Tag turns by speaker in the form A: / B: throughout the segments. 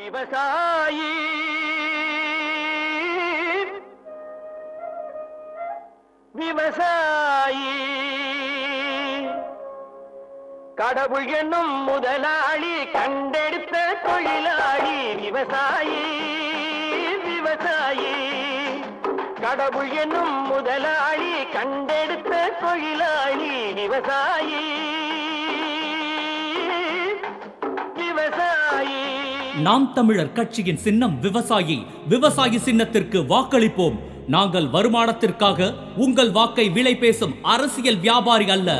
A: விவசாயி விவசாயி கடவுள் என்னும் முதலாளி கண்டெடுத்த தொழிலாளி விவசாயி விவசாயி கடவுள் என்னும் முதலாளி கண்டெடுத்த தொழிலாளி விவசாயி விவசாயி
B: நாம் தமிழர் கட்சியின் சின்னம் விவசாயி விவசாயி சின்னத்திற்கு வாக்களிப்போம் நாங்கள் வருமானத்திற்காக உங்கள் வாக்கை விலை பேசும் அரசியல் வியாபாரி அல்ல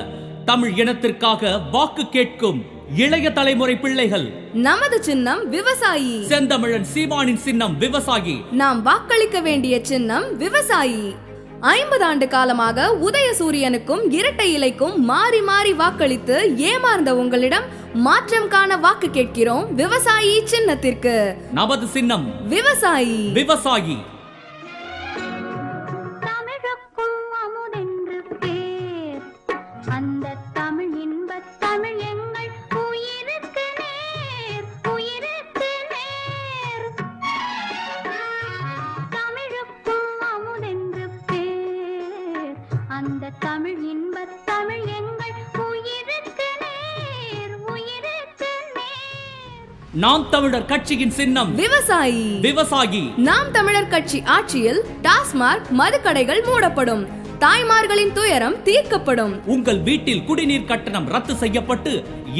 B: தமிழ் இனத்திற்காக வாக்கு கேட்கும் இளைய தலைமுறை பிள்ளைகள்
C: நமது சின்னம் விவசாயி
B: செந்தமிழன் சீமானின் சின்னம் விவசாயி
C: நாம் வாக்களிக்க வேண்டிய சின்னம் விவசாயி ஐம்பது ஆண்டு காலமாக உதயசூரியனுக்கும் இரட்டை இலைக்கும் மாறி மாறி வாக்களித்து ஏமாந்த உங்களிடம் மாற்றம் காண வாக்கு கேட்கிறோம் விவசாயி சின்னத்திற்கு
B: நமது சின்னம்
C: விவசாயி
B: விவசாயி
D: தமிழுக்கும் அமுதென்று பேர் அந்த தமிழ் இன்பத் தமிழ் எங்கள் உயிருக்கு நேர் உயிருக்கு நேர் தமிழுக்கும் அமுதென்று பேர் அந்த தமிழ் இன்பத் தமிழ் எங்கள் உயிருக்கு நேர் உயிருக்கு நேர்
B: நாம் தமிழர் கட்சியின் சின்னம்
C: விவசாயி
B: விவசாயி
C: நாம் தமிழர் கட்சி ஆட்சியில் டாஸ்மார்க் மதுக்கடைகள் மூடப்படும் தாய்மார்களின் துயரம் தீர்க்கப்படும்
B: உங்கள் வீட்டில் குடிநீர் கட்டணம் ரத்து செய்யப்பட்டு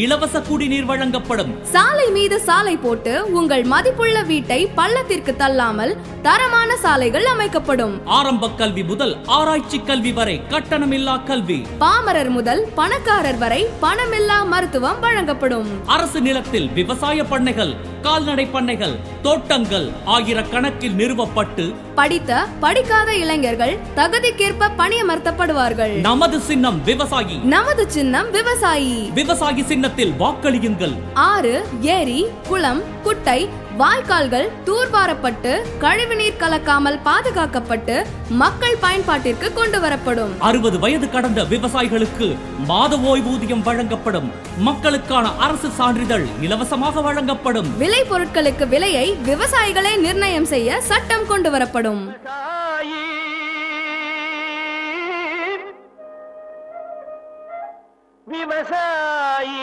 B: இலவச குடிநீர் வழங்கப்படும்
C: சாலை மீது சாலை போட்டு உங்கள் மதிப்புள்ள வீட்டை பள்ளத்திற்கு தள்ளாமல் தரமான சாலைகள் அமைக்கப்படும்
B: ஆரம்ப கல்வி முதல் ஆராய்ச்சி கல்வி வரை கட்டணமில்லா கல்வி
C: பாமரர் முதல் பணக்காரர் வரை பணமில்லா மருத்துவம் வழங்கப்படும்
B: அரசு நிலத்தில் விவசாய பண்ணைகள் கால்நடை பண்ணைகள் தோட்டங்கள் ஆயிரக்கணக்கில் நிறுவப்பட்டு
C: படித்த படிக்காத இளைஞர்கள் தகுதிக்கேற்ப பணியமர்த்தப்படுவார்கள்
B: நமது சின்னம் விவசாயி
C: நமது சின்னம் விவசாயி
B: விவசாயி சின்னத்தில் வாக்களியுங்கள்
C: ஆறு ஏரி குளம் குட்டை வாய்க்கால்கள் தூர்வாரப்பட்டு கழிவுநீர் கலக்காமல் பாதுகாக்கப்பட்டு மக்கள் பயன்பாட்டிற்கு கொண்டு வரப்படும்
B: அறுபது வயது கடந்த விவசாயிகளுக்கு மாத ஓய்வூதியம் வழங்கப்படும் மக்களுக்கான அரசு சான்றிதழ் இலவசமாக வழங்கப்படும்
C: விலை பொருட்களுக்கு விலையை விவசாயிகளே நிர்ணயம் செய்ய சட்டம் கொண்டு வரப்படும்
A: விவசாயி விவசாயி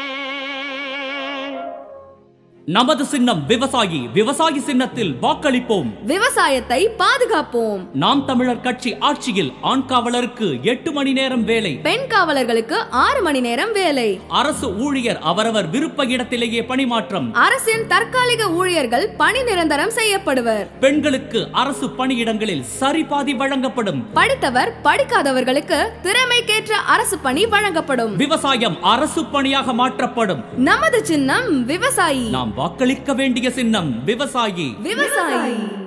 B: நமது சின்னம் விவசாயி விவசாயி சின்னத்தில் வாக்களிப்போம்
C: விவசாயத்தை பாதுகாப்போம்
B: நாம் தமிழர் கட்சி ஆட்சியில் ஆண் காவலருக்கு எட்டு மணி நேரம் வேலை
C: பெண் காவலர்களுக்கு ஆறு மணி நேரம் வேலை
B: அரசு ஊழியர் அவரவர் விருப்ப இடத்திலேயே பணிமாற்றம்
C: அரசின் தற்காலிக ஊழியர்கள் பணி நிரந்தரம் செய்யப்படுவர்
B: பெண்களுக்கு அரசு பணியிடங்களில் சரிபாதி வழங்கப்படும்
C: படித்தவர் படிக்காதவர்களுக்கு திறமைக்கேற்ற அரசு பணி வழங்கப்படும்
B: விவசாயம் அரசு பணியாக மாற்றப்படும்
C: நமது சின்னம் விவசாயி
B: நாம் வாக்களிக்க வேண்டிய சின்னம் விவசாயி
C: விவசாயி